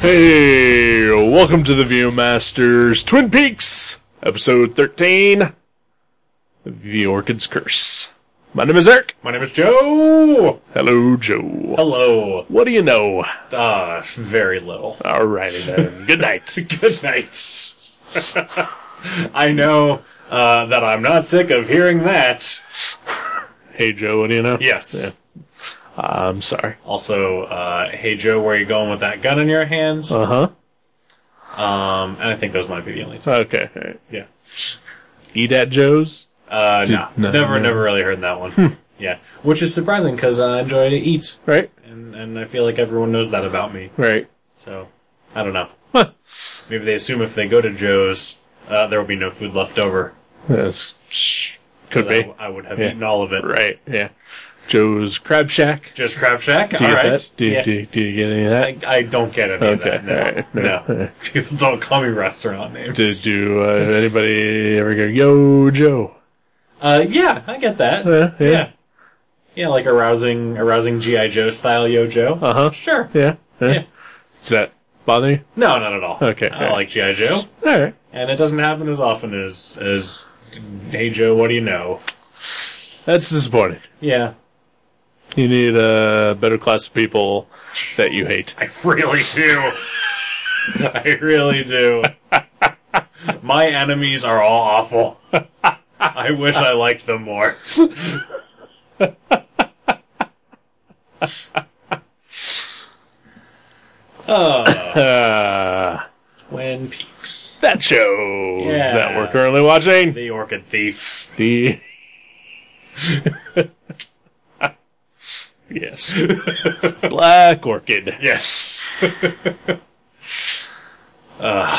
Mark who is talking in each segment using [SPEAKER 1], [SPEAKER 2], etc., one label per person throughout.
[SPEAKER 1] Hey, welcome to the Viewmasters Twin Peaks, episode 13 The Orchid's Curse. My name is Eric.
[SPEAKER 2] My name is Joe.
[SPEAKER 1] Hello, Joe.
[SPEAKER 2] Hello.
[SPEAKER 1] What do you know?
[SPEAKER 2] Ah, very little.
[SPEAKER 1] Alrighty then. Good night.
[SPEAKER 2] Good nights. I know uh, that I'm not sick of hearing that.
[SPEAKER 1] Hey, Joe, what do you know?
[SPEAKER 2] Yes.
[SPEAKER 1] Yeah. I'm sorry.
[SPEAKER 2] Also, uh, hey Joe, where are you going with that gun in your hands?
[SPEAKER 1] Uh huh.
[SPEAKER 2] Um, and I think those might be the only two.
[SPEAKER 1] Okay. all right.
[SPEAKER 2] Yeah.
[SPEAKER 1] Eat at Joe's?
[SPEAKER 2] Uh, no,
[SPEAKER 1] no,
[SPEAKER 2] never,
[SPEAKER 1] no.
[SPEAKER 2] never really heard that
[SPEAKER 1] Hmm.
[SPEAKER 2] one. yeah, which is surprising because I enjoy to eat,
[SPEAKER 1] Right?
[SPEAKER 2] and and I feel like everyone knows that about me.
[SPEAKER 1] Right.
[SPEAKER 2] So, I don't know.
[SPEAKER 1] Huh.
[SPEAKER 2] Maybe they assume if they go to Joe's, uh, there will be no food left over.
[SPEAKER 1] Yes. Shh. Could
[SPEAKER 2] 'Cause I,
[SPEAKER 1] be.
[SPEAKER 2] w- I would have
[SPEAKER 1] Yeah.
[SPEAKER 2] eaten all of it.
[SPEAKER 1] Right. Yeah. Joe's Crab Shack.
[SPEAKER 2] Just Crab Shack?
[SPEAKER 1] Do you
[SPEAKER 2] all
[SPEAKER 1] get
[SPEAKER 2] right.
[SPEAKER 1] that? Do, you
[SPEAKER 2] Yeah.
[SPEAKER 1] do, you- do you get any of that?
[SPEAKER 2] I, I don't get any
[SPEAKER 1] Okay,
[SPEAKER 2] of that.
[SPEAKER 1] alright,
[SPEAKER 2] No.
[SPEAKER 1] no,
[SPEAKER 2] no.
[SPEAKER 1] alright.
[SPEAKER 2] People don't call me restaurant names.
[SPEAKER 1] Do, do uh, anybody ever go, yo, Joe? Uh,
[SPEAKER 2] Uh, yeah, I get that.
[SPEAKER 1] Yeah, Oh, yeah.
[SPEAKER 2] yeah. Yeah, like a rousing, a rousing G.I. Joe style yo Joe.
[SPEAKER 1] Uh huh.
[SPEAKER 2] Sure.
[SPEAKER 1] Yeah, yeah.
[SPEAKER 2] Yeah.
[SPEAKER 1] Does that bother you?
[SPEAKER 2] No, not at all.
[SPEAKER 1] Okay,
[SPEAKER 2] I
[SPEAKER 1] alright.
[SPEAKER 2] like G.I. Joe.
[SPEAKER 1] All right.
[SPEAKER 2] And it doesn't happen as often as, as, hey Joe, what do you know?
[SPEAKER 1] That's disappointing.
[SPEAKER 2] Yeah.
[SPEAKER 1] You need a better class of people that you hate.
[SPEAKER 2] I really do. I really do. My enemies are all awful. I wish I liked them more.
[SPEAKER 1] Uh,
[SPEAKER 2] Twin Peaks.
[SPEAKER 1] that show
[SPEAKER 2] Yeah.
[SPEAKER 1] that we're currently watching.
[SPEAKER 2] The Orchid Thief.
[SPEAKER 1] The. yes. Black Orchid.
[SPEAKER 2] Yes. Uh,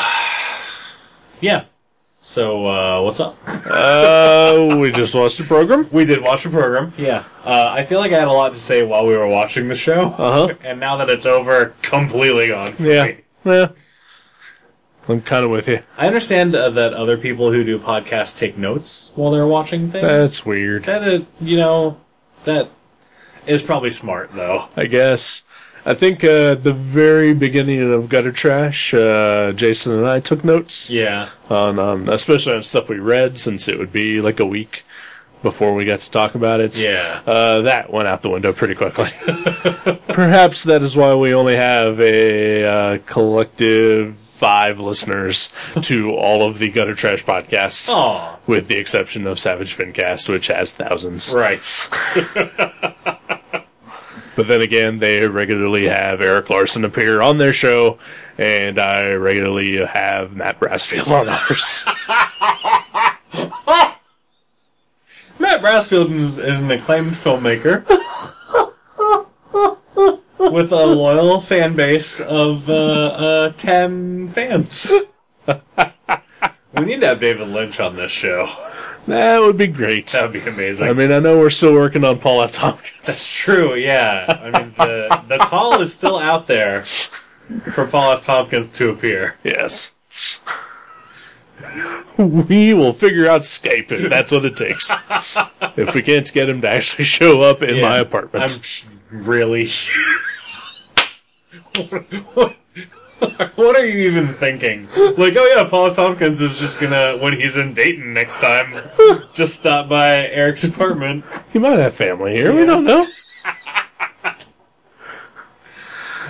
[SPEAKER 2] yeah. So, uh, what's up?
[SPEAKER 1] Uh, we just watched a program.
[SPEAKER 2] We did watch a program. Yeah. Uh, I feel like I had a lot to say while we were watching the show.
[SPEAKER 1] Uh huh.
[SPEAKER 2] And now that it's over, completely gone. for
[SPEAKER 1] Yeah.
[SPEAKER 2] me.
[SPEAKER 1] Yeah. I'm kind of with you.
[SPEAKER 2] I understand uh, that other people who do podcasts take notes while they're watching things.
[SPEAKER 1] That's weird.
[SPEAKER 2] that uh, you know that is probably smart though.
[SPEAKER 1] I guess. I think uh, at the very beginning of Gutter Trash, uh, Jason and I took notes
[SPEAKER 2] Yeah.
[SPEAKER 1] on, on, especially on stuff we read, since it would be like a week before we got to talk about it.
[SPEAKER 2] Yeah.
[SPEAKER 1] Uh, that went out the window pretty quickly. Perhaps that is why we only have a uh, collective five listeners to all of the Gutter Trash podcasts,
[SPEAKER 2] Aw.
[SPEAKER 1] with the exception of Savage Fincast, which has thousands.
[SPEAKER 2] Right.
[SPEAKER 1] But then again, they regularly have Eric Larson appear on their show, and I regularly have Matt Brassfield on ours.
[SPEAKER 2] Matt Brassfield is, is an acclaimed filmmaker with a loyal fan base of uh, uh, ten fans. we need to have David Lynch on this show.
[SPEAKER 1] that would be great.
[SPEAKER 2] That would be amazing.
[SPEAKER 1] I mean, I know we're still working on Paul F. Tompkins.
[SPEAKER 2] That's true, yeah. I mean, the, the call is still out there for Paul F. Tompkins to appear.
[SPEAKER 1] Yes. we will figure out Skype if that's what it takes. if we can't get him to actually show up in my
[SPEAKER 2] Yeah.
[SPEAKER 1] apartment.
[SPEAKER 2] I'm sh- really. what what are you even thinking? Like, oh yeah, Paul Tompkins is just gonna when he's in Dayton next time, just stop by Eric's apartment.
[SPEAKER 1] he might have family here. We don't know.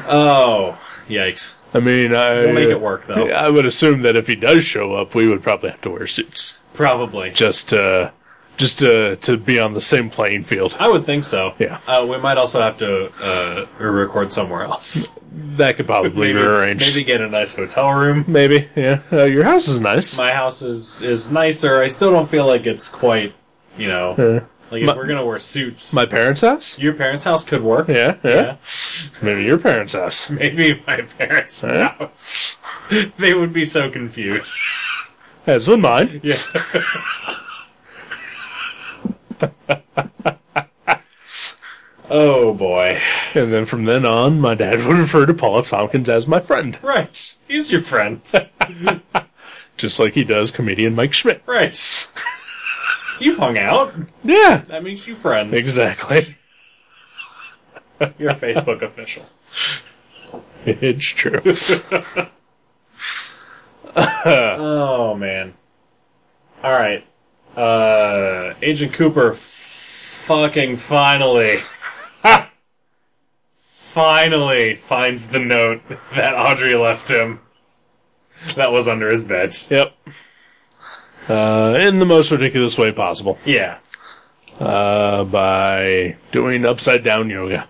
[SPEAKER 2] Oh, yikes!
[SPEAKER 1] I mean, I.
[SPEAKER 2] We'll make it work though.
[SPEAKER 1] I would assume that if he does show up, we would probably have to wear suits.
[SPEAKER 2] Probably.
[SPEAKER 1] just uh just to to be on the same playing field.
[SPEAKER 2] I would think so.
[SPEAKER 1] Yeah.
[SPEAKER 2] Uh, we might also have to uh, record somewhere else.
[SPEAKER 1] That could probably
[SPEAKER 2] Maybe,
[SPEAKER 1] be arranged.
[SPEAKER 2] maybe get a nice hotel room.
[SPEAKER 1] Maybe, yeah. Uh, your house is nice.
[SPEAKER 2] my house is is nicer. I still don't feel like it's quite, you know,
[SPEAKER 1] Yeah.
[SPEAKER 2] like if
[SPEAKER 1] My-
[SPEAKER 2] we're gonna wear suits,
[SPEAKER 1] My parents' house.
[SPEAKER 2] your parents' house could work.
[SPEAKER 1] Yeah, yeah,
[SPEAKER 2] Yeah.
[SPEAKER 1] Maybe your parents' house.
[SPEAKER 2] Maybe my parents'
[SPEAKER 1] Huh?
[SPEAKER 2] house. they would be so confused.
[SPEAKER 1] As would mine.
[SPEAKER 2] Yeah. oh boy.
[SPEAKER 1] And then from then on, my dad would refer to Paul F. Tompkins as my friend,
[SPEAKER 2] Right. He's your friend.
[SPEAKER 1] just like he does comedian Mike Schmidt.
[SPEAKER 2] Right. You've hung out.
[SPEAKER 1] Yeah,
[SPEAKER 2] That makes you friends.
[SPEAKER 1] exactly.
[SPEAKER 2] You're a Facebook official.
[SPEAKER 1] It's true.
[SPEAKER 2] Oh man. All right. Uh, Agent Cooper, fucking finally, finally finds the note that Audrey left him. That was under his bed.
[SPEAKER 1] yep. Uh, in the most ridiculous way possible.
[SPEAKER 2] Yeah.
[SPEAKER 1] Uh, by doing upside down yoga.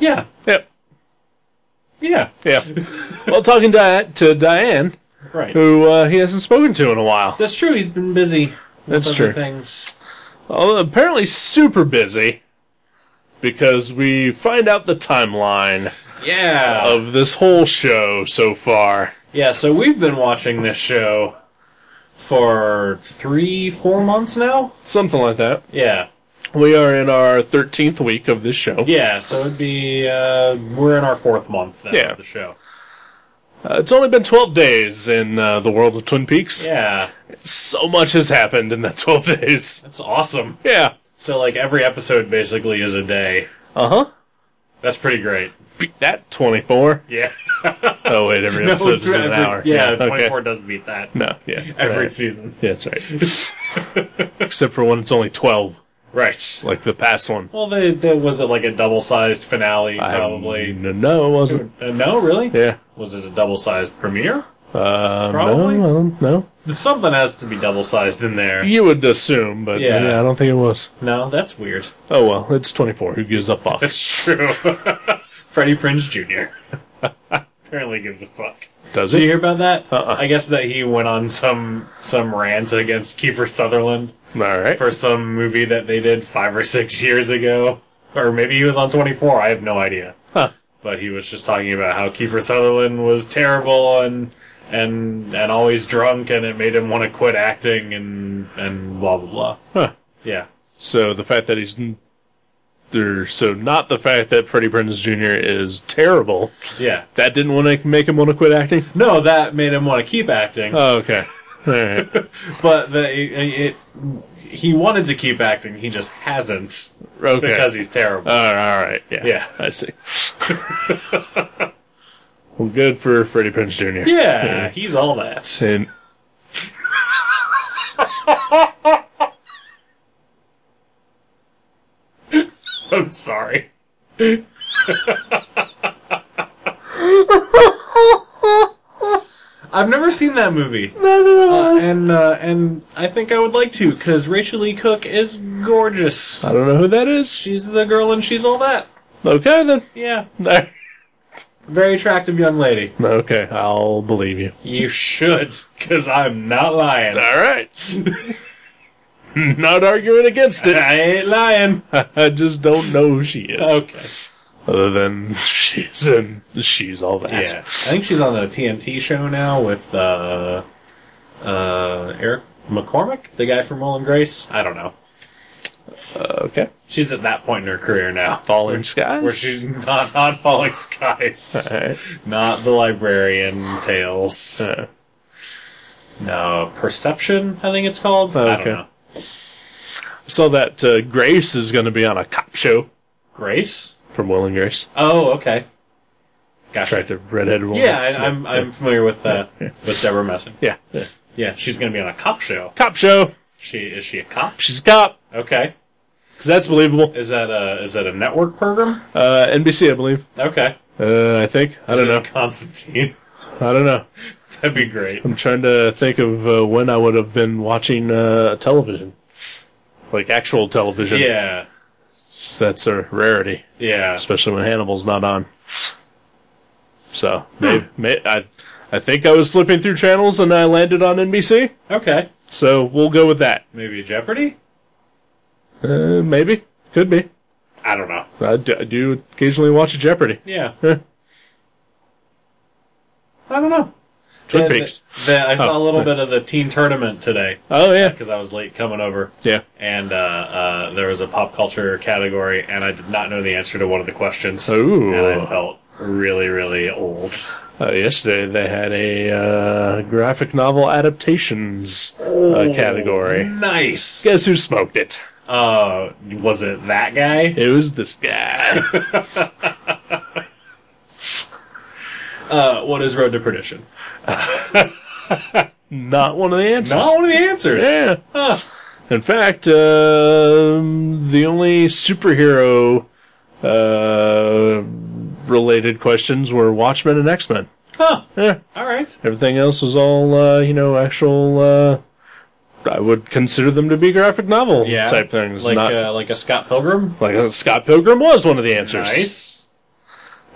[SPEAKER 2] Yeah.
[SPEAKER 1] Yep.
[SPEAKER 2] Yeah.
[SPEAKER 1] Yeah. well, talking di- to Diane,
[SPEAKER 2] Right.
[SPEAKER 1] who uh, he hasn't spoken to in a while.
[SPEAKER 2] That's true. He's been busy. with
[SPEAKER 1] That's
[SPEAKER 2] other
[SPEAKER 1] true.
[SPEAKER 2] Things.
[SPEAKER 1] Although apparently super busy. Because we find out the timeline
[SPEAKER 2] Yeah.
[SPEAKER 1] of this whole show so far.
[SPEAKER 2] yeah. So we've been watching this show for three, four months now.
[SPEAKER 1] Something like that.
[SPEAKER 2] Yeah.
[SPEAKER 1] We are in our 13th week of this show.
[SPEAKER 2] Yeah, so it'd be uh, we're in our fourth month then
[SPEAKER 1] Yeah.
[SPEAKER 2] of the show.
[SPEAKER 1] Uh, it's only been 12 days in uh, the world of Twin Peaks.
[SPEAKER 2] Yeah,
[SPEAKER 1] So much has happened in that 12 days.
[SPEAKER 2] that's awesome.
[SPEAKER 1] Yeah.
[SPEAKER 2] So like every episode basically is a day.
[SPEAKER 1] Uh huh.
[SPEAKER 2] That's pretty great.
[SPEAKER 1] Beat that 24.
[SPEAKER 2] Yeah,
[SPEAKER 1] Oh, wait, every episode is an
[SPEAKER 2] every-
[SPEAKER 1] hour.
[SPEAKER 2] Yeah,
[SPEAKER 1] okay.
[SPEAKER 2] twenty four does beat that
[SPEAKER 1] No, yeah.
[SPEAKER 2] every
[SPEAKER 1] right.
[SPEAKER 2] season.
[SPEAKER 1] Yeah, that's right. Except for when it's only 12,
[SPEAKER 2] Right.
[SPEAKER 1] like the past one.
[SPEAKER 2] Well, they, they was it like a double sized finale
[SPEAKER 1] I have-
[SPEAKER 2] probably.
[SPEAKER 1] No, no, it wasn't.
[SPEAKER 2] Uh, no, really?
[SPEAKER 1] Yeah.
[SPEAKER 2] Was it a double sized premiere?
[SPEAKER 1] Uh,
[SPEAKER 2] Probably.
[SPEAKER 1] No, I don't know.
[SPEAKER 2] Something has to be double sized in there.
[SPEAKER 1] You would assume, but
[SPEAKER 2] Yeah.
[SPEAKER 1] yeah. I don't think it was.
[SPEAKER 2] No, that's weird.
[SPEAKER 1] Oh, well, it's 24. Who gives a fuck?
[SPEAKER 2] That's true. Freddie Prinze Jr. apparently gives a fuck.
[SPEAKER 1] Does
[SPEAKER 2] Did you
[SPEAKER 1] it?
[SPEAKER 2] hear about that?
[SPEAKER 1] Uh-uh.
[SPEAKER 2] I guess that he went on some some rant against Kiefer Sutherland
[SPEAKER 1] All right.
[SPEAKER 2] for some movie that they did five or six years ago, or maybe he was on 24. I have no idea.
[SPEAKER 1] Huh.
[SPEAKER 2] But he was just talking about how Kiefer Sutherland was terrible and and and always drunk, and it made him want to quit acting and and blah blah blah.
[SPEAKER 1] Huh.
[SPEAKER 2] Yeah,
[SPEAKER 1] So the fact that he's n- there, so not the fact that Freddie Prinze Jr. is terrible.
[SPEAKER 2] yeah.
[SPEAKER 1] That didn't want to make him want to quit acting.
[SPEAKER 2] No, that made him want to keep acting.
[SPEAKER 1] Oh, okay. All right.
[SPEAKER 2] but the, it, it he wanted to keep acting. He just hasn't
[SPEAKER 1] Okay.
[SPEAKER 2] because he's terrible.
[SPEAKER 1] all right. all right, Yeah.
[SPEAKER 2] Yeah.
[SPEAKER 1] I see. well, good for Freddie Prinze Jr.
[SPEAKER 2] Yeah, he's all that.
[SPEAKER 1] And
[SPEAKER 2] I'm sorry. I've never seen that movie, Uh, and uh, and I think I would like to because Rachel Lee Cook is gorgeous.
[SPEAKER 1] I don't know who that is.
[SPEAKER 2] She's the girl, and she's all that.
[SPEAKER 1] Okay then.
[SPEAKER 2] Yeah,
[SPEAKER 1] There.
[SPEAKER 2] very attractive young lady.
[SPEAKER 1] Okay, I'll believe you.
[SPEAKER 2] You should, because I'm not lying.
[SPEAKER 1] All right. Not arguing against it.
[SPEAKER 2] I ain't lying.
[SPEAKER 1] I just don't know who she is.
[SPEAKER 2] Okay.
[SPEAKER 1] Other than she's in, she's all that.
[SPEAKER 2] Yeah, I think she's on a TNT show now with uh, uh, Eric McCormick, the guy from Will and Grace. I don't know.
[SPEAKER 1] Uh, Okay.
[SPEAKER 2] She's at that point in her career now
[SPEAKER 1] Falling skies.
[SPEAKER 2] where she's not on Falling Skies,
[SPEAKER 1] All right.
[SPEAKER 2] not the Librarian Tales.
[SPEAKER 1] Uh,
[SPEAKER 2] No, Perception, I think it's called. I don't
[SPEAKER 1] Oh, Okay.
[SPEAKER 2] know.
[SPEAKER 1] so that uh, Grace is going to be on a cop show
[SPEAKER 2] Grace.
[SPEAKER 1] from Will and Grace.
[SPEAKER 2] Oh, okay. Gotcha.
[SPEAKER 1] Attractive redheaded woman.
[SPEAKER 2] Yeah, I, I'm I'm familiar with uh, with Deborah Messing.
[SPEAKER 1] yeah. yeah.
[SPEAKER 2] Yeah, she's gonna be on a cop show.
[SPEAKER 1] Cop show.
[SPEAKER 2] She is she a cop?
[SPEAKER 1] She's a cop
[SPEAKER 2] Okay.
[SPEAKER 1] because that's believable.
[SPEAKER 2] Is that a is that a network program?
[SPEAKER 1] Uh, NBC, I believe.
[SPEAKER 2] Okay.
[SPEAKER 1] Uh, I think. I don't know.
[SPEAKER 2] Constantine.
[SPEAKER 1] I don't know.
[SPEAKER 2] That'd be great.
[SPEAKER 1] I'm trying to think of uh, when I would have been watching uh, television, like actual television.
[SPEAKER 2] Yeah.
[SPEAKER 1] S- that's a rarity,
[SPEAKER 2] Yeah.
[SPEAKER 1] especially when Hannibal's not on. So maybe, may, I, I think I was flipping through channels and I landed on NBC.
[SPEAKER 2] Okay.
[SPEAKER 1] So we'll go with that.
[SPEAKER 2] Maybe Jeopardy?
[SPEAKER 1] Uh, maybe could be.
[SPEAKER 2] I don't know.
[SPEAKER 1] I do, I do occasionally watch Jeopardy.
[SPEAKER 2] Yeah.
[SPEAKER 1] Huh.
[SPEAKER 2] I don't know.
[SPEAKER 1] Twin
[SPEAKER 2] The-
[SPEAKER 1] Peaks.
[SPEAKER 2] the- the- I saw
[SPEAKER 1] Oh.
[SPEAKER 2] a little bit of the teen tournament today
[SPEAKER 1] Oh yeah,
[SPEAKER 2] because I was late coming over,
[SPEAKER 1] yeah.
[SPEAKER 2] and uh, uh, there was a pop culture category, and I did not know the answer to one of the questions,
[SPEAKER 1] Ooh.
[SPEAKER 2] and I felt really, really old.
[SPEAKER 1] Uh, yesterday they had a uh, graphic novel adaptations
[SPEAKER 2] Oh.
[SPEAKER 1] uh, category.
[SPEAKER 2] Nice.
[SPEAKER 1] Guess who smoked it?
[SPEAKER 2] Uh, was it that guy?
[SPEAKER 1] It was this guy.
[SPEAKER 2] Uh, what is Road to Perdition?
[SPEAKER 1] Not one of the answers.
[SPEAKER 2] Not one of the answers.
[SPEAKER 1] Yeah.
[SPEAKER 2] Huh.
[SPEAKER 1] In fact, um the only superhero uh, related questions were Watchmen and X Men.
[SPEAKER 2] Huh.
[SPEAKER 1] Yeah.
[SPEAKER 2] All right.
[SPEAKER 1] Everything else was all, uh, you know, actual. Uh, I would consider them to be graphic novel
[SPEAKER 2] Yeah.
[SPEAKER 1] type things.
[SPEAKER 2] Like
[SPEAKER 1] not
[SPEAKER 2] uh, like a Scott Pilgrim.
[SPEAKER 1] like uh, Scott Pilgrim was one of the answers.
[SPEAKER 2] Nice.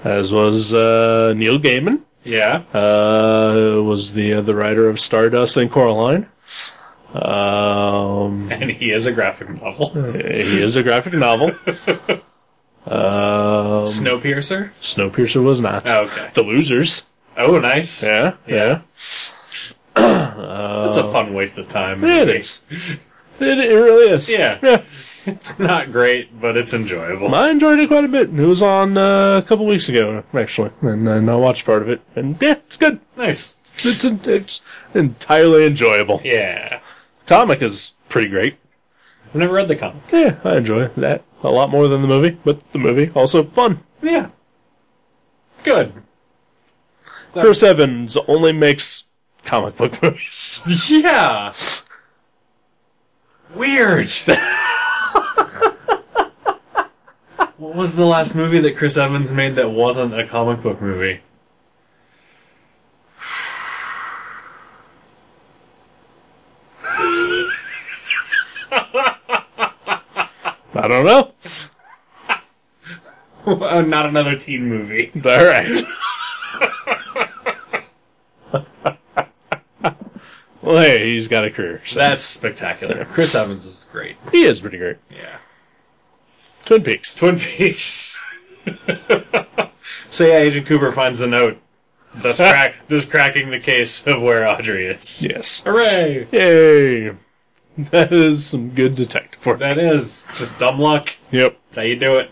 [SPEAKER 1] As was uh, Neil Gaiman.
[SPEAKER 2] Yeah.
[SPEAKER 1] Uh, was the uh, the writer of Stardust and Coraline. Um,
[SPEAKER 2] And he is a graphic novel.
[SPEAKER 1] he is a graphic novel. Um,
[SPEAKER 2] Snowpiercer.
[SPEAKER 1] Snowpiercer was not.
[SPEAKER 2] Oh, okay.
[SPEAKER 1] The Losers.
[SPEAKER 2] Oh, nice.
[SPEAKER 1] Yeah, yeah.
[SPEAKER 2] That's a fun waste of time.
[SPEAKER 1] It is. It, it really is.
[SPEAKER 2] Yeah.
[SPEAKER 1] Yeah.
[SPEAKER 2] It's not great, but it's enjoyable.
[SPEAKER 1] I enjoyed it quite a bit. It was on uh, a couple weeks ago, actually, and, and I watched part of it. And yeah, it's good.
[SPEAKER 2] Nice.
[SPEAKER 1] It's it's entirely enjoyable.
[SPEAKER 2] Yeah.
[SPEAKER 1] Comic is pretty great.
[SPEAKER 2] I've never read the comic.
[SPEAKER 1] Yeah, I enjoy that a lot more than the movie, but the movie also fun.
[SPEAKER 2] Yeah. Good.
[SPEAKER 1] Chris Evans only makes comic book movies.
[SPEAKER 2] Yeah. Weird. what was the last movie that Chris Evans made that wasn't a comic book movie?
[SPEAKER 1] I don't know.
[SPEAKER 2] Uh, Not another teen movie.
[SPEAKER 1] All right. well, hey, he's got a career. So.
[SPEAKER 2] That's spectacular. Chris Evans is great.
[SPEAKER 1] He is pretty great.
[SPEAKER 2] Yeah.
[SPEAKER 1] Twin Peaks.
[SPEAKER 2] Twin Peaks. so yeah, Agent Cooper finds the note. Thus, crack, thus cracking the case of where Audrey is.
[SPEAKER 1] Yes.
[SPEAKER 2] Hooray!
[SPEAKER 1] Yay! That is some good detective work.
[SPEAKER 2] That is just dumb luck.
[SPEAKER 1] Yep.
[SPEAKER 2] That's how you do it.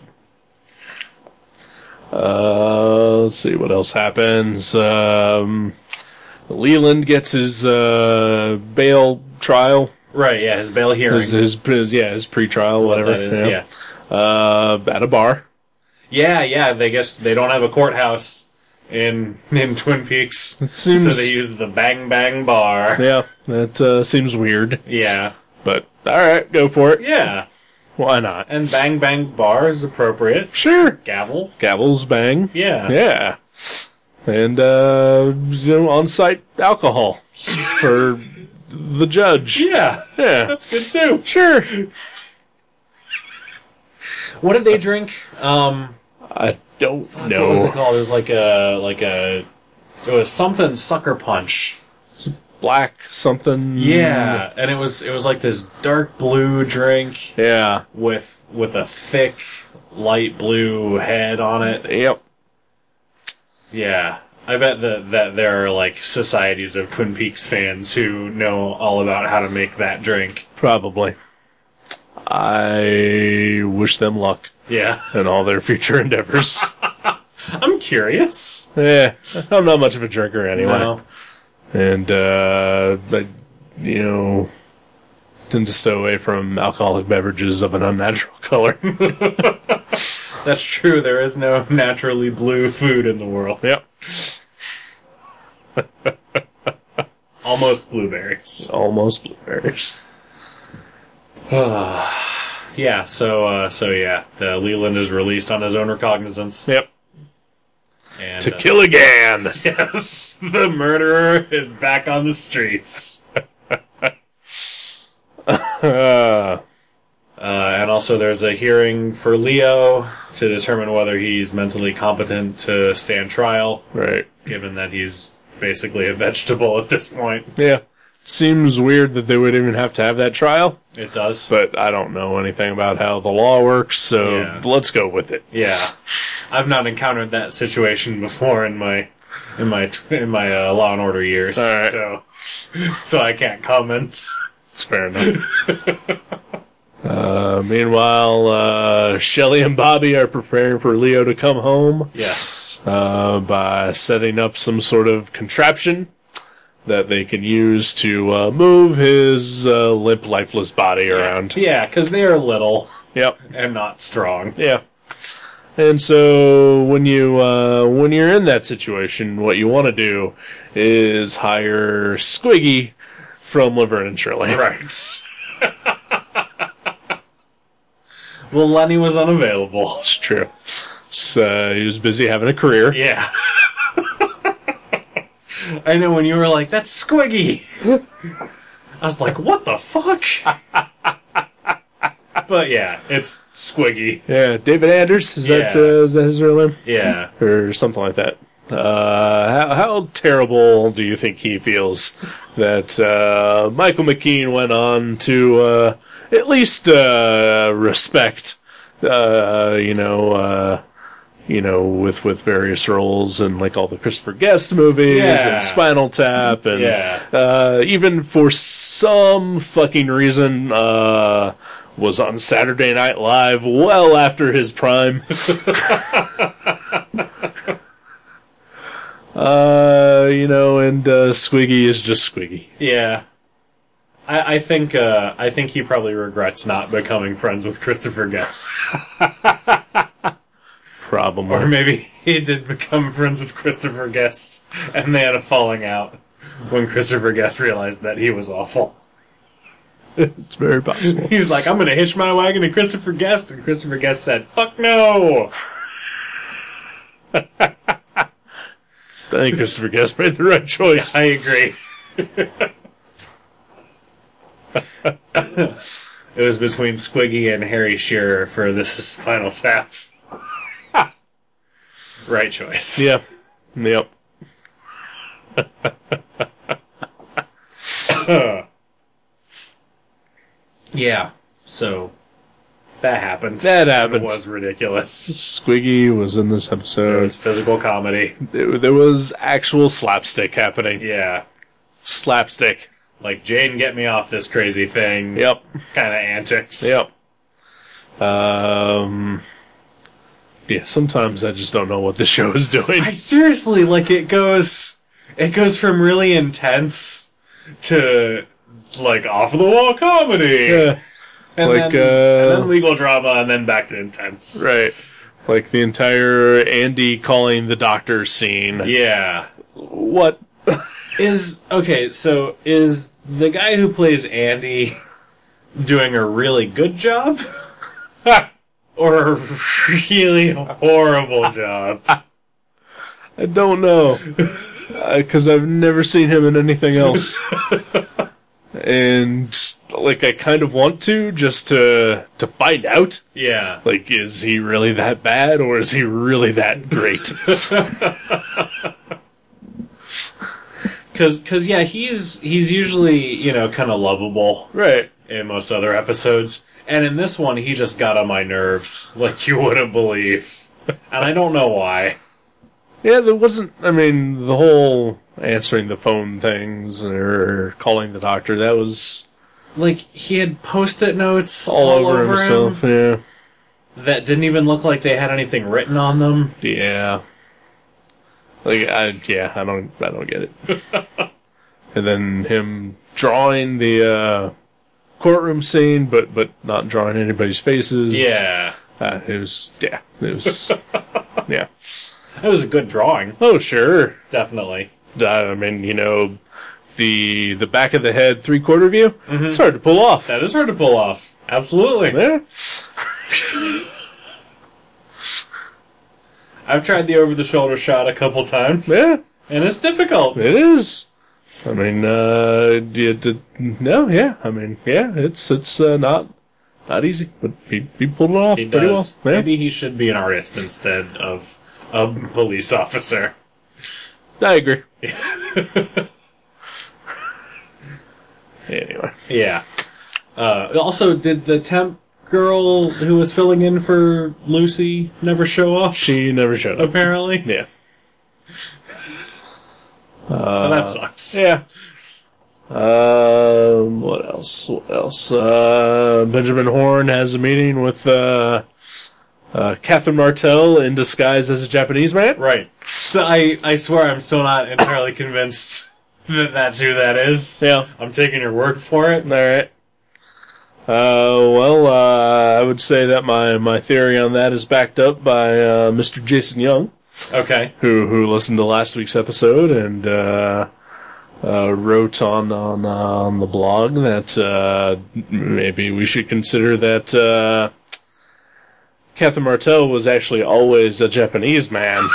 [SPEAKER 1] Uh, let's see what else happens. Um, Leland gets his uh, bail trial.
[SPEAKER 2] Right, yeah, his bail hearing.
[SPEAKER 1] His, his, his- yeah, his pre-trial, whatever.
[SPEAKER 2] that is, yeah.
[SPEAKER 1] Uh, at a bar.
[SPEAKER 2] Yeah, yeah, they guess they don't have a courthouse in in Twin Peaks.
[SPEAKER 1] seems-
[SPEAKER 2] So they use the Bang Bang Bar.
[SPEAKER 1] Yeah, that uh, seems weird,
[SPEAKER 2] Yeah.
[SPEAKER 1] but all right, go for it.
[SPEAKER 2] Yeah.
[SPEAKER 1] Why not?
[SPEAKER 2] And Bang Bang Bar is appropriate.
[SPEAKER 1] Sure.
[SPEAKER 2] Gavel.
[SPEAKER 1] Gavels bang.
[SPEAKER 2] Yeah.
[SPEAKER 1] Yeah. And uh, you know, on-site alcohol for the judge.
[SPEAKER 2] Yeah.
[SPEAKER 1] Yeah.
[SPEAKER 2] That's good too.
[SPEAKER 1] Sure.
[SPEAKER 2] What did they drink? Um
[SPEAKER 1] I don't
[SPEAKER 2] what was it
[SPEAKER 1] know.
[SPEAKER 2] called? It was like a like a it was something sucker punch.
[SPEAKER 1] Black something.
[SPEAKER 2] Yeah. And it was it was like this dark blue drink
[SPEAKER 1] Yeah.
[SPEAKER 2] with with a thick light blue head on it.
[SPEAKER 1] Yep.
[SPEAKER 2] Yeah. I bet that, that there are like societies of Twin Peaks fans who know all about how to make that drink.
[SPEAKER 1] Probably. I wish them luck
[SPEAKER 2] Yeah.
[SPEAKER 1] in all their future endeavors.
[SPEAKER 2] I'm curious.
[SPEAKER 1] yeah. I'm not much of a drinker anyway.
[SPEAKER 2] No.
[SPEAKER 1] And, uh, but, you know, tend to stay away from alcoholic beverages of an unnatural color.
[SPEAKER 2] That's true. There is no naturally blue food in the world.
[SPEAKER 1] yep.
[SPEAKER 2] Almost blueberries.
[SPEAKER 1] Almost blueberries.
[SPEAKER 2] Yeah, so uh, so yeah, uh, Leland is released on his own recognizance.
[SPEAKER 1] Yep.
[SPEAKER 2] And,
[SPEAKER 1] To
[SPEAKER 2] uh,
[SPEAKER 1] kill again.
[SPEAKER 2] Yes, the murderer is back on the streets.
[SPEAKER 1] Uh,
[SPEAKER 2] Uh, and also, there's a hearing for Leo to determine whether he's mentally competent to stand trial,
[SPEAKER 1] right.
[SPEAKER 2] given that he's basically a vegetable at this point.
[SPEAKER 1] Yeah. Seems weird that they would even have to have that trial,
[SPEAKER 2] It does.
[SPEAKER 1] but I don't know anything about how the law works, so
[SPEAKER 2] Yeah.
[SPEAKER 1] let's go with it.
[SPEAKER 2] Yeah, I've not encountered that situation before in my in my tw- in my uh, Law and Order years,
[SPEAKER 1] All right.
[SPEAKER 2] so so I can't comment.
[SPEAKER 1] It's fair enough. uh, meanwhile, uh, Shelly and Bobby are preparing for Leo to come home
[SPEAKER 2] Yes.
[SPEAKER 1] uh, by setting up some sort of contraption that they can use to uh, move his uh, limp, lifeless body around.
[SPEAKER 2] Yeah, because they are little
[SPEAKER 1] Yep.
[SPEAKER 2] and not strong.
[SPEAKER 1] Yeah. And so when you uh, when you're in that situation, what you want to do is hire Squiggy from Laverne and Shirley.
[SPEAKER 2] Right. well, Lenny was unavailable.
[SPEAKER 1] It's true. So he was busy having a career.
[SPEAKER 2] Yeah. I know when you were like, that's squiggy. I was like, what the fuck? but yeah, it's squiggy.
[SPEAKER 1] Yeah, David Anders is that
[SPEAKER 2] Yeah.
[SPEAKER 1] uh, is that his real name
[SPEAKER 2] Yeah.
[SPEAKER 1] or something like that? Uh, how, how terrible do you think he feels that uh, Michael McKean went on to uh, at least uh, respect, uh, you know, uh, you know, with with various roles and like all the Christopher Guest movies
[SPEAKER 2] Yeah.
[SPEAKER 1] and Spinal Tap and
[SPEAKER 2] Yeah.
[SPEAKER 1] uh, even for some fucking reason, uh, was on Saturday Night Live well after his prime. uh, you know, and uh, Squiggy is just Squiggy.
[SPEAKER 2] Yeah. I, I think uh, I think he probably regrets not becoming friends with Christopher Guest,
[SPEAKER 1] Problem.
[SPEAKER 2] or maybe he did become friends with Christopher Guest, and they had a falling out when Christopher Guest realized that he was awful.
[SPEAKER 1] It's very possible.
[SPEAKER 2] He was like, I'm gonna hitch my wagon to Christopher Guest, and Christopher Guest said, fuck no!
[SPEAKER 1] I think Christopher Guest made the right choice.
[SPEAKER 2] I agree. it was between Squiggy and Harry Shearer for This is Spinal Tap. right choice.
[SPEAKER 1] Yeah. Yep.
[SPEAKER 2] Yeah. So, that happened.
[SPEAKER 1] That
[SPEAKER 2] It
[SPEAKER 1] happened.
[SPEAKER 2] was ridiculous.
[SPEAKER 1] Squiggy was in this
[SPEAKER 2] It
[SPEAKER 1] episode.
[SPEAKER 2] was physical comedy.
[SPEAKER 1] There- there was actual slapstick happening.
[SPEAKER 2] Yeah.
[SPEAKER 1] Slapstick.
[SPEAKER 2] Like, Jane, get me off this crazy thing.
[SPEAKER 1] Yep.
[SPEAKER 2] Kind of antics.
[SPEAKER 1] Yep. Um. Yeah, sometimes I just don't know what the show is doing.
[SPEAKER 2] I seriously like it goes it goes from really intense to like off the wall comedy.
[SPEAKER 1] Yeah,
[SPEAKER 2] and
[SPEAKER 1] like,
[SPEAKER 2] then,
[SPEAKER 1] uh,
[SPEAKER 2] and then legal drama and then back to intense.
[SPEAKER 1] right. Like the entire Andy calling the doctor scene.
[SPEAKER 2] Yeah.
[SPEAKER 1] What?
[SPEAKER 2] Is okay, so is the guy who plays Andy doing a really good job? or a really horrible job?
[SPEAKER 1] I don't know. Because I've never seen him in anything else. and, like, I kind of want to just to, to find out.
[SPEAKER 2] Yeah.
[SPEAKER 1] Like, is he really that bad or is he really that great?
[SPEAKER 2] Cause, cause yeah, he's, he's usually, you know, kinda lovable.
[SPEAKER 1] right.
[SPEAKER 2] in most other episodes. And in this one, he just got on my nerves like you wouldn't believe. And I don't know why.
[SPEAKER 1] Yeah, there wasn't. I mean, the whole answering the phone things or calling the doctor that was
[SPEAKER 2] Like, he had post it notes
[SPEAKER 1] all, over, himself.
[SPEAKER 2] that didn't even look like they had anything written on them.
[SPEAKER 1] Yeah, yeah. Like I, yeah, I don't, I don't get it. and then him drawing the uh, courtroom scene, but but not drawing anybody's faces.
[SPEAKER 2] Yeah.
[SPEAKER 1] uh, it was. Yeah, it was. yeah.
[SPEAKER 2] It was a good drawing,
[SPEAKER 1] Oh sure. Uh,
[SPEAKER 2] definitely.
[SPEAKER 1] I mean, you know, the the back of the head three quarter view. It's hard to pull off.
[SPEAKER 2] That is hard to pull off. Absolutely.
[SPEAKER 1] Yeah.
[SPEAKER 2] I've tried the over the shoulder shot a couple times.
[SPEAKER 1] Yeah,
[SPEAKER 2] And it's difficult.
[SPEAKER 1] it is. I mean, uh, d- d- no, yeah. I mean, yeah. It's it's uh, not not easy, but he, he pulled it off
[SPEAKER 2] He
[SPEAKER 1] pretty
[SPEAKER 2] does.
[SPEAKER 1] well. Yeah.
[SPEAKER 2] Maybe he should be an artist instead of a police officer.
[SPEAKER 1] I agree. anyway,
[SPEAKER 2] Yeah. Uh, also, did the temp girl who was filling in for Lucy never show up?
[SPEAKER 1] she never showed up.
[SPEAKER 2] Apparently,
[SPEAKER 1] Yeah,
[SPEAKER 2] so that sucks.
[SPEAKER 1] yeah. Um, what else? What else? Uh, Benjamin Horn has a meeting with uh, uh, Catherine Martell in disguise as a Japanese man.
[SPEAKER 2] Right. So I, I swear I'm still not entirely convinced that that's who that is.
[SPEAKER 1] Yeah.
[SPEAKER 2] I'm taking your word for it.
[SPEAKER 1] All right. Uh, well, uh, I would say that my, my theory on that is backed up by uh, Mr. Jason Young,
[SPEAKER 2] Okay.
[SPEAKER 1] who who listened to last week's episode and uh, uh, wrote on on uh, on the blog that uh, maybe we should consider that uh, Catherine Martel was actually always a Japanese man.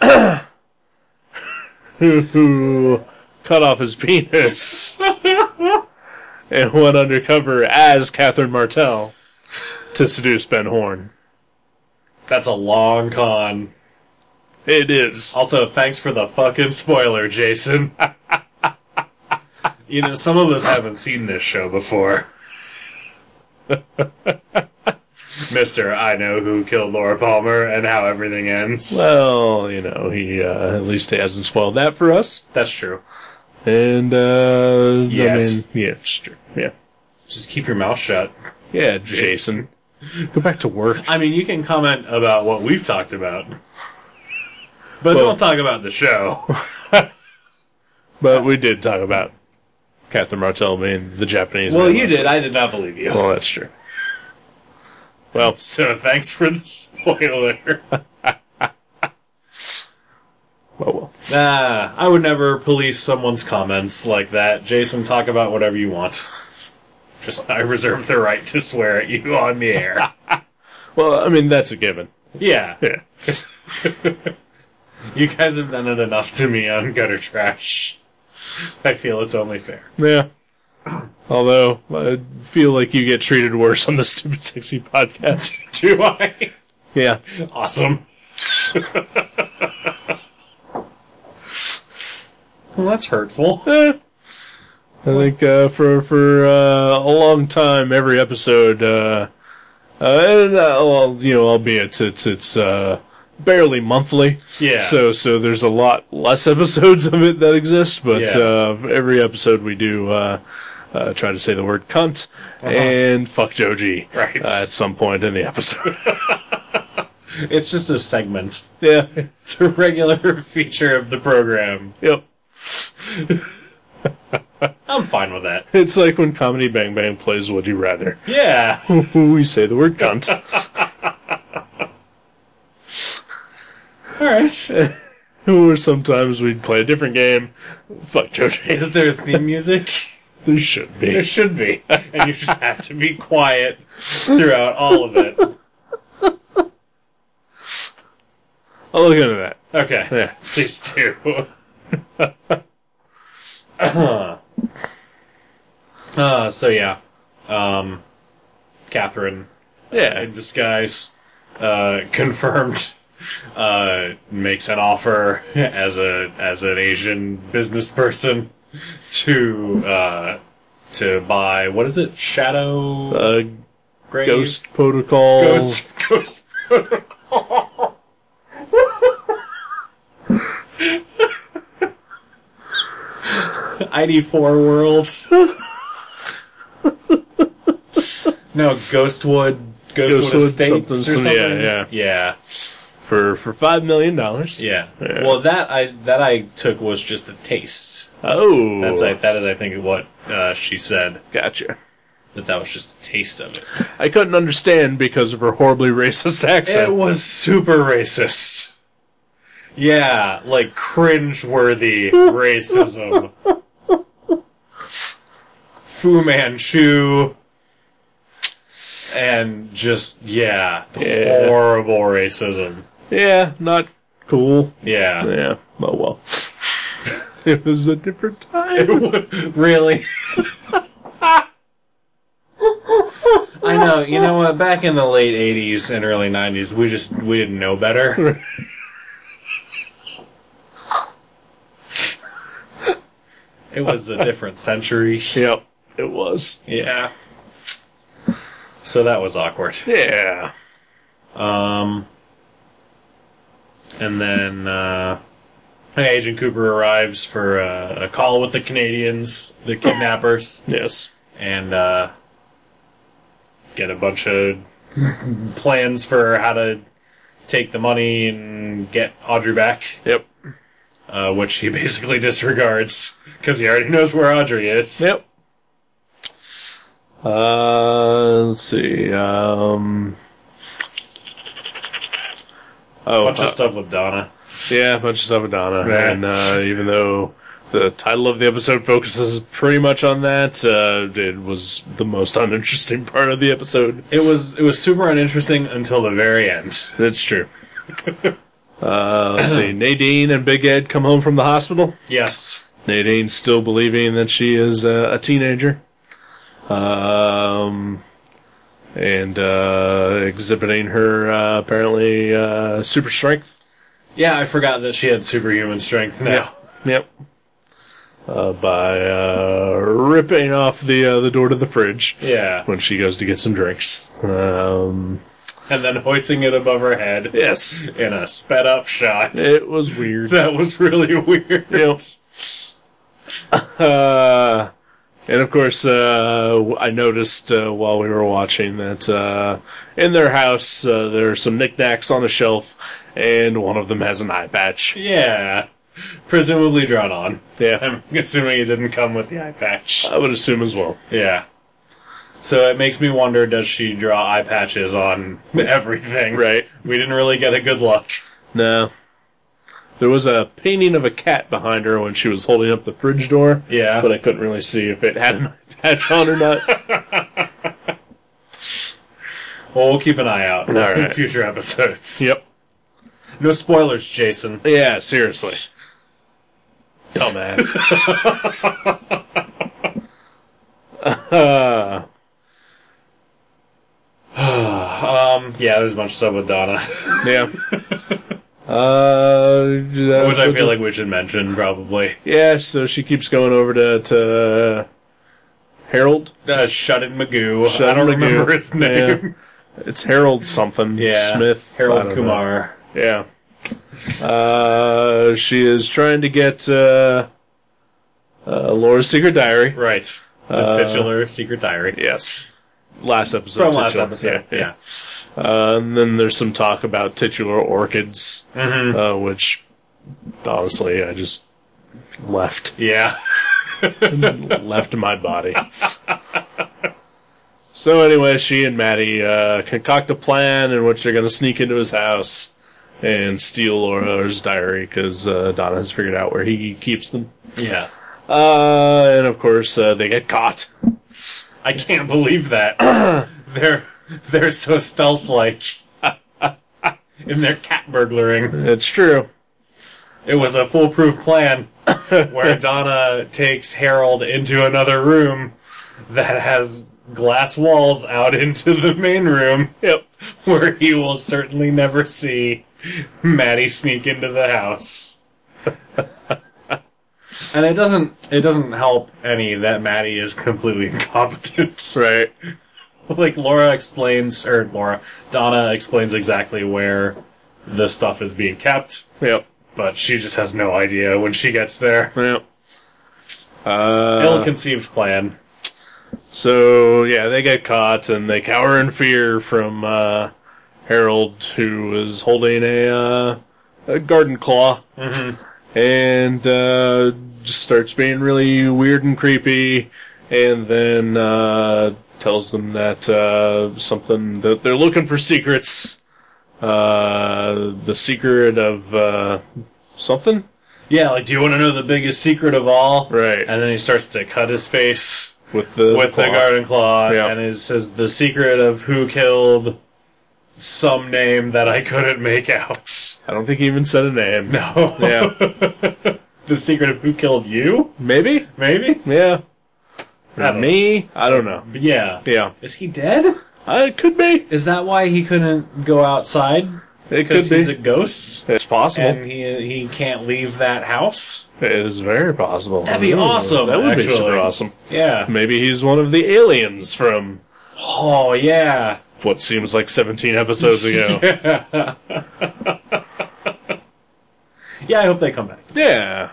[SPEAKER 1] who, who cut off his penis and went undercover as Catherine Martel to seduce Ben Horn.
[SPEAKER 2] That's a long con.
[SPEAKER 1] It is.
[SPEAKER 2] Also, thanks for the fucking spoiler, Jason. you know, some of us haven't seen this show before. Mister, I know who killed Laura Palmer and how everything ends.
[SPEAKER 1] Well, you know, he uh, at least hasn't spoiled that for us.
[SPEAKER 2] That's true.
[SPEAKER 1] And uh I
[SPEAKER 2] Yet.
[SPEAKER 1] mean, yeah, it's true. Yeah.
[SPEAKER 2] Just keep your mouth shut.
[SPEAKER 1] Yeah, Jason. Go back to work.
[SPEAKER 2] I mean, you can comment about what we've talked about, but
[SPEAKER 1] Well-
[SPEAKER 2] don't talk about the show.
[SPEAKER 1] But we did talk about Captain Martel being the Japanese. man last week.
[SPEAKER 2] I did not believe you.
[SPEAKER 1] Well, that's true. Well,
[SPEAKER 2] So thanks for the spoiler.
[SPEAKER 1] well, oh, well.
[SPEAKER 2] Nah, Uh, I would never police someone's comments like that. Jason, talk about whatever you want. Just I reserve the right to swear at you on the air.
[SPEAKER 1] Well, I mean, that's a given.
[SPEAKER 2] yeah,
[SPEAKER 1] Yeah.
[SPEAKER 2] you guys have done it enough to me on gutter trash. I feel it's only fair.
[SPEAKER 1] Yeah. Although, I feel like you get treated worse on the Stupid Sexy podcast.
[SPEAKER 2] Do I?
[SPEAKER 1] Yeah.
[SPEAKER 2] Awesome. well, that's hurtful.
[SPEAKER 1] Eh. I think uh, for for uh, a long time, every episode, uh, uh, and, uh, well, you know, albeit it's it's uh, barely monthly,
[SPEAKER 2] Yeah.
[SPEAKER 1] So so there's a lot less episodes of it that exist, but
[SPEAKER 2] Yeah.
[SPEAKER 1] uh, every episode we do uh, uh, try to say the word cunt and fuck Joji
[SPEAKER 2] Uh-huh. Right.
[SPEAKER 1] uh, at some point in the episode.
[SPEAKER 2] It's just a segment.
[SPEAKER 1] yeah,
[SPEAKER 2] It's a regular feature of the program.
[SPEAKER 1] yep.
[SPEAKER 2] I'm fine with that.
[SPEAKER 1] It's like when Comedy Bang Bang plays Would You Rather.
[SPEAKER 2] Yeah.
[SPEAKER 1] we say the word cunt.
[SPEAKER 2] All right.
[SPEAKER 1] or sometimes we'd play a different game. Fuck JoJo.
[SPEAKER 2] Is there theme music?
[SPEAKER 1] There should
[SPEAKER 2] There
[SPEAKER 1] be.
[SPEAKER 2] should be. And you should have to be quiet throughout all of it.
[SPEAKER 1] I'll Oh, look into that.
[SPEAKER 2] Okay.
[SPEAKER 1] Yeah.
[SPEAKER 2] Please do. uh, so, yeah. Um, Catherine
[SPEAKER 1] Yeah.
[SPEAKER 2] in disguise uh, confirmed uh, makes an offer as a as an Asian business person to uh, to buy what is it shadow
[SPEAKER 1] Uh,
[SPEAKER 2] grave?
[SPEAKER 1] Ghost Protocol.
[SPEAKER 2] Ghost, ghost protocol. ID4 worlds. no, Ghostwood. Ghostwood,
[SPEAKER 1] Ghostwood
[SPEAKER 2] Estates
[SPEAKER 1] something,
[SPEAKER 2] or
[SPEAKER 1] some-
[SPEAKER 2] something.
[SPEAKER 1] yeah, yeah.
[SPEAKER 2] yeah,
[SPEAKER 1] for for five million dollars.
[SPEAKER 2] yeah,
[SPEAKER 1] Yeah.
[SPEAKER 2] Well, that I that I took was just a taste.
[SPEAKER 1] Oh,
[SPEAKER 2] That's I, that is I think what uh, she said
[SPEAKER 1] gotcha.
[SPEAKER 2] that that was just a taste of it.
[SPEAKER 1] I couldn't understand because of her horribly racist
[SPEAKER 2] It
[SPEAKER 1] accent.
[SPEAKER 2] was super racist. Yeah, like cringe-worthy racism. Fu Manchu. And just, yeah,
[SPEAKER 1] Yeah.
[SPEAKER 2] horrible racism.
[SPEAKER 1] yeah, not cool.
[SPEAKER 2] Yeah.
[SPEAKER 1] Yeah. Oh well. it was a different time.
[SPEAKER 2] really? I know, you know what, back in the late 80s and early 90s, we just, we didn't know better. it was a different century.
[SPEAKER 1] yep. It was.
[SPEAKER 2] Yeah. So that was awkward.
[SPEAKER 1] Yeah.
[SPEAKER 2] Um, and then uh, Agent Cooper arrives for uh, a call with the Canadians, the kidnappers,
[SPEAKER 1] Yes.
[SPEAKER 2] and uh, get a bunch of plans for how to take the money and get Audrey back,
[SPEAKER 1] Yep.
[SPEAKER 2] uh, which he basically disregards because he already knows where Audrey is.
[SPEAKER 1] Yep. Uh, let's see. Um, oh,
[SPEAKER 2] Bunch
[SPEAKER 1] uh,
[SPEAKER 2] of stuff with Donna.
[SPEAKER 1] yeah, a bunch of stuff with Donna.
[SPEAKER 2] Yeah.
[SPEAKER 1] And uh, even though the title of the episode focuses pretty much on that, uh, it was the most uninteresting part of the episode.
[SPEAKER 2] It was it was super uninteresting until the very end.
[SPEAKER 1] That's true. Uh, let's see. Nadine and Big Ed come home from the hospital.
[SPEAKER 2] Yes.
[SPEAKER 1] Nadine still believing that she is uh, a teenager. Um, and uh, exhibiting her uh, apparently uh, super strength.
[SPEAKER 2] Yeah, I forgot that she had superhuman strength now.
[SPEAKER 1] Yep. Uh, by uh, ripping off the uh, the door to the fridge
[SPEAKER 2] Yeah.
[SPEAKER 1] when she goes to get some drinks. Um,
[SPEAKER 2] And then hoisting it above her head
[SPEAKER 1] yes,
[SPEAKER 2] in a sped up shot.
[SPEAKER 1] it was weird.
[SPEAKER 2] that was really weird.
[SPEAKER 1] Yep. Uh, and of course, uh, I noticed uh, while we were watching that uh, in their house uh, there are some knickknacks on a shelf, and one of them has an eye patch.
[SPEAKER 2] Yeah. Presumably drawn on.
[SPEAKER 1] Yeah,
[SPEAKER 2] I'm assuming it didn't come with the eye patch.
[SPEAKER 1] I would assume as well.
[SPEAKER 2] Yeah. So it makes me wonder does she draw eye patches on everything?
[SPEAKER 1] Right.
[SPEAKER 2] We didn't really get a good look.
[SPEAKER 1] No. There was a painting of a cat behind her when she was holding up the fridge door,
[SPEAKER 2] Yeah.
[SPEAKER 1] but I couldn't really see if it had an eye patch on or not.
[SPEAKER 2] well, we'll keep an eye out
[SPEAKER 1] All right.
[SPEAKER 2] in future episodes.
[SPEAKER 1] yep.
[SPEAKER 2] No spoilers, Jason.
[SPEAKER 1] Yeah, seriously. Dumbass.
[SPEAKER 2] Um, yeah, there's a bunch of stuff with Donna,
[SPEAKER 1] Yeah. Uh, that-
[SPEAKER 2] which I feel like we should mention probably.
[SPEAKER 1] Yeah, so she keeps going over to to Harold.
[SPEAKER 2] Uh, Shut in Magoo.
[SPEAKER 1] Shut
[SPEAKER 2] I don't
[SPEAKER 1] in Magoo.
[SPEAKER 2] remember his name.
[SPEAKER 1] It's Harold something.
[SPEAKER 2] Yeah.
[SPEAKER 1] Smith. I
[SPEAKER 2] Harold
[SPEAKER 1] don't
[SPEAKER 2] Kumar.
[SPEAKER 1] know. Yeah. Uh, she is trying to get uh, uh, Laura's secret diary.
[SPEAKER 2] Right. The
[SPEAKER 1] Uh,
[SPEAKER 2] titular Secret Diary.
[SPEAKER 1] Yes. Last episode.
[SPEAKER 2] From last
[SPEAKER 1] titular.
[SPEAKER 2] episode.
[SPEAKER 1] Yeah. yeah. Uh, and then there's some talk about titular orchids,
[SPEAKER 2] Mm-hmm.
[SPEAKER 1] uh, which honestly I just left.
[SPEAKER 2] Yeah.
[SPEAKER 1] left my body. so anyway, she and Maddie uh, concoct a plan in which they're going to sneak into his house and steal Laura's diary because uh, Donna has figured out where he keeps them.
[SPEAKER 2] Yeah.
[SPEAKER 1] Uh, and of course, uh, they get caught.
[SPEAKER 2] I can't believe that. they're they're so stealth like in their cat burglaring.
[SPEAKER 1] It's true.
[SPEAKER 2] It was a foolproof plan where Donna takes Harold into another room that has glass walls out into the main room
[SPEAKER 1] Yep.
[SPEAKER 2] where he will certainly never see Maddie sneak into the house. and it doesn't it doesn't help any that Maddie is completely incompetent.
[SPEAKER 1] Right.
[SPEAKER 2] like Laura explains, or Laura Donna explains exactly where the stuff is being kept,
[SPEAKER 1] Yep.
[SPEAKER 2] but she just has no idea when she gets there.
[SPEAKER 1] Yep. Uh,
[SPEAKER 2] Ill-conceived plan.
[SPEAKER 1] so yeah, they get caught and they cower in fear from uh, Harold, who is holding a, uh, a garden claw.
[SPEAKER 2] Mm-hmm.
[SPEAKER 1] and uh, just starts being really weird and creepy, and then uh, tells them that uh, something that they're looking for secrets, uh, the secret of uh, something,
[SPEAKER 2] Yeah, like, do you want to know the biggest secret of all?
[SPEAKER 1] right?
[SPEAKER 2] And then he starts to cut his face
[SPEAKER 1] with the
[SPEAKER 2] with the
[SPEAKER 1] claw.
[SPEAKER 2] garden claw,
[SPEAKER 1] Yeah.
[SPEAKER 2] and it says the secret of who killed some name that I couldn't make out.
[SPEAKER 1] I don't think he even said a name.
[SPEAKER 2] No.
[SPEAKER 1] Yeah,
[SPEAKER 2] the secret of who killed you?
[SPEAKER 1] maybe.
[SPEAKER 2] Maybe?
[SPEAKER 1] Yeah,
[SPEAKER 2] I don't
[SPEAKER 1] me. I don't know.
[SPEAKER 2] But yeah.
[SPEAKER 1] Yeah,
[SPEAKER 2] Is he dead?
[SPEAKER 1] Uh, it could be.
[SPEAKER 2] Is that why he couldn't go outside?
[SPEAKER 1] It could
[SPEAKER 2] Because
[SPEAKER 1] be.
[SPEAKER 2] he's a ghost
[SPEAKER 1] it's possible.
[SPEAKER 2] and he he can't leave that house.
[SPEAKER 1] it is very possible.
[SPEAKER 2] That'd be
[SPEAKER 1] Ooh,
[SPEAKER 2] awesome,
[SPEAKER 1] That would be
[SPEAKER 2] actually.
[SPEAKER 1] super awesome.
[SPEAKER 2] Yeah.
[SPEAKER 1] Maybe he's one of the aliens from
[SPEAKER 2] Oh yeah.
[SPEAKER 1] what seems like 17 episodes ago. yeah.
[SPEAKER 2] Yeah. I hope they come back.
[SPEAKER 1] Uh,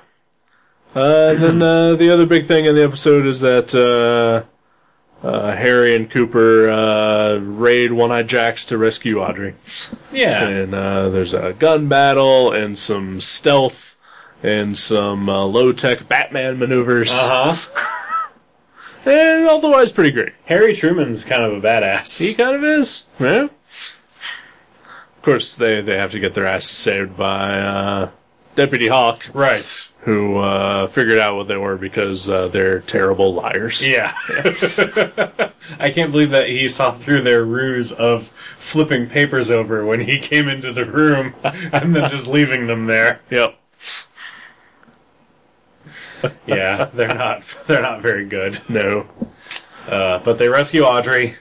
[SPEAKER 1] and then uh, the other big thing in the episode is that uh, uh, Harry and Cooper uh, raid One Eyed Jacks to rescue Audrey.
[SPEAKER 2] Yeah.
[SPEAKER 1] And uh, there's a gun battle and some
[SPEAKER 2] Uh-huh.
[SPEAKER 1] stealth and some uh, low tech Batman maneuvers.
[SPEAKER 2] Uh huh.
[SPEAKER 1] and otherwise pretty great.
[SPEAKER 2] Harry Truman's kind of a badass.
[SPEAKER 1] He kind of is. Yeah. Of course, they, they have to get their ass saved by uh, Deputy Hawk,
[SPEAKER 2] right.
[SPEAKER 1] who uh, figured out what they were because uh, they're terrible liars.
[SPEAKER 2] Yeah. I can't believe that he saw through their ruse of flipping papers over when he came into the room and then just leaving them there.
[SPEAKER 1] Yep.
[SPEAKER 2] Yeah, they're not they're not very good.
[SPEAKER 1] No.
[SPEAKER 2] Uh, but they rescue Audrey.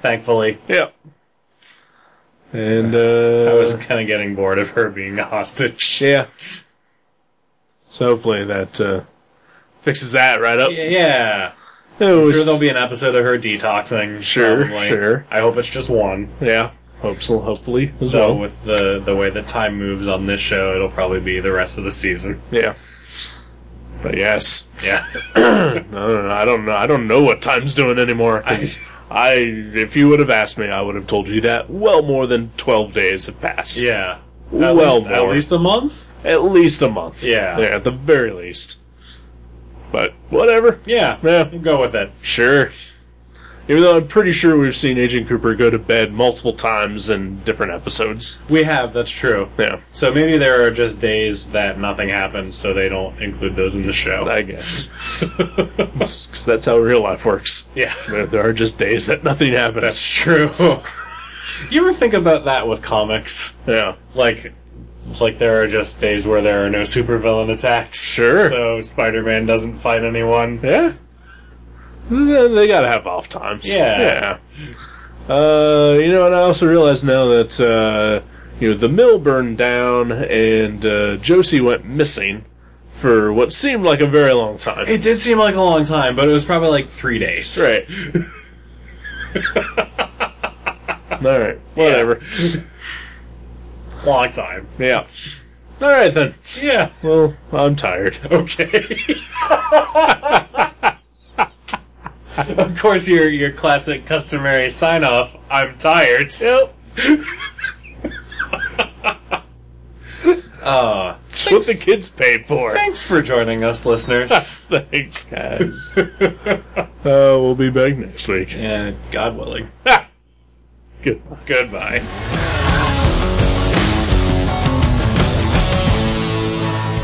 [SPEAKER 2] Thankfully,
[SPEAKER 1] Yep. And uh,
[SPEAKER 2] I was kind of getting bored of her being a hostage.
[SPEAKER 1] yeah. So hopefully that uh, fixes that right up.
[SPEAKER 2] Yeah.
[SPEAKER 1] It
[SPEAKER 2] I'm
[SPEAKER 1] was-
[SPEAKER 2] sure there'll be an episode of her detoxing.
[SPEAKER 1] Sure,
[SPEAKER 2] probably.
[SPEAKER 1] sure.
[SPEAKER 2] I hope it's just one.
[SPEAKER 1] yeah. Hope so. Hopefully as
[SPEAKER 2] So
[SPEAKER 1] well.
[SPEAKER 2] with the the way that time moves on this show, it'll probably be the rest of the season.
[SPEAKER 1] Yeah. But yes.
[SPEAKER 2] Yeah.
[SPEAKER 1] No, no, no, I don't know. I don't know what time's doing anymore. 'cause I, if you would have asked me, I would have told you that well more than twelve days have passed.
[SPEAKER 2] Yeah. At
[SPEAKER 1] Well,
[SPEAKER 2] least, at
[SPEAKER 1] more.
[SPEAKER 2] least a month.
[SPEAKER 1] at least a month.
[SPEAKER 2] Yeah.
[SPEAKER 1] yeah, at the very least. But whatever.
[SPEAKER 2] Yeah.
[SPEAKER 1] Yeah.
[SPEAKER 2] we'll Go with it.
[SPEAKER 1] Sure. Even though I'm pretty sure we've seen Agent Cooper go to bed multiple times in different episodes.
[SPEAKER 2] We have. That's true.
[SPEAKER 1] Yeah,
[SPEAKER 2] So maybe there are just days that nothing happens, so they don't include those in the show.
[SPEAKER 1] I guess. Because that's how real life works.
[SPEAKER 2] Yeah.
[SPEAKER 1] There, there are just days that nothing happens.
[SPEAKER 2] That's true. you ever think about that with comics?
[SPEAKER 1] Yeah.
[SPEAKER 2] Like, like there are just days where there are no supervillain attacks.
[SPEAKER 1] Sure.
[SPEAKER 2] So Spider-Man doesn't fight anyone.
[SPEAKER 1] Yeah. They they gotta have off times.
[SPEAKER 2] Yeah.
[SPEAKER 1] Yeah. Uh, you know, and I also realize now that, uh, you know, the mill burned down and uh, Josie went missing for what seemed like a very long time.
[SPEAKER 2] It did seem like a long time, but it was probably like three days.
[SPEAKER 1] Right. All right. Whatever.
[SPEAKER 2] Long time.
[SPEAKER 1] Yeah. All right then.
[SPEAKER 2] Yeah.
[SPEAKER 1] Well, I'm tired.
[SPEAKER 2] Okay. of course, your your classic customary sign off. I'm tired.
[SPEAKER 1] Yep.
[SPEAKER 2] Uh,
[SPEAKER 1] What the kids pay for.
[SPEAKER 2] thanks for joining us, listeners.
[SPEAKER 1] Thanks, guys. uh, we'll be back next week.
[SPEAKER 2] and God willing.
[SPEAKER 1] Goodbye.
[SPEAKER 2] Goodbye.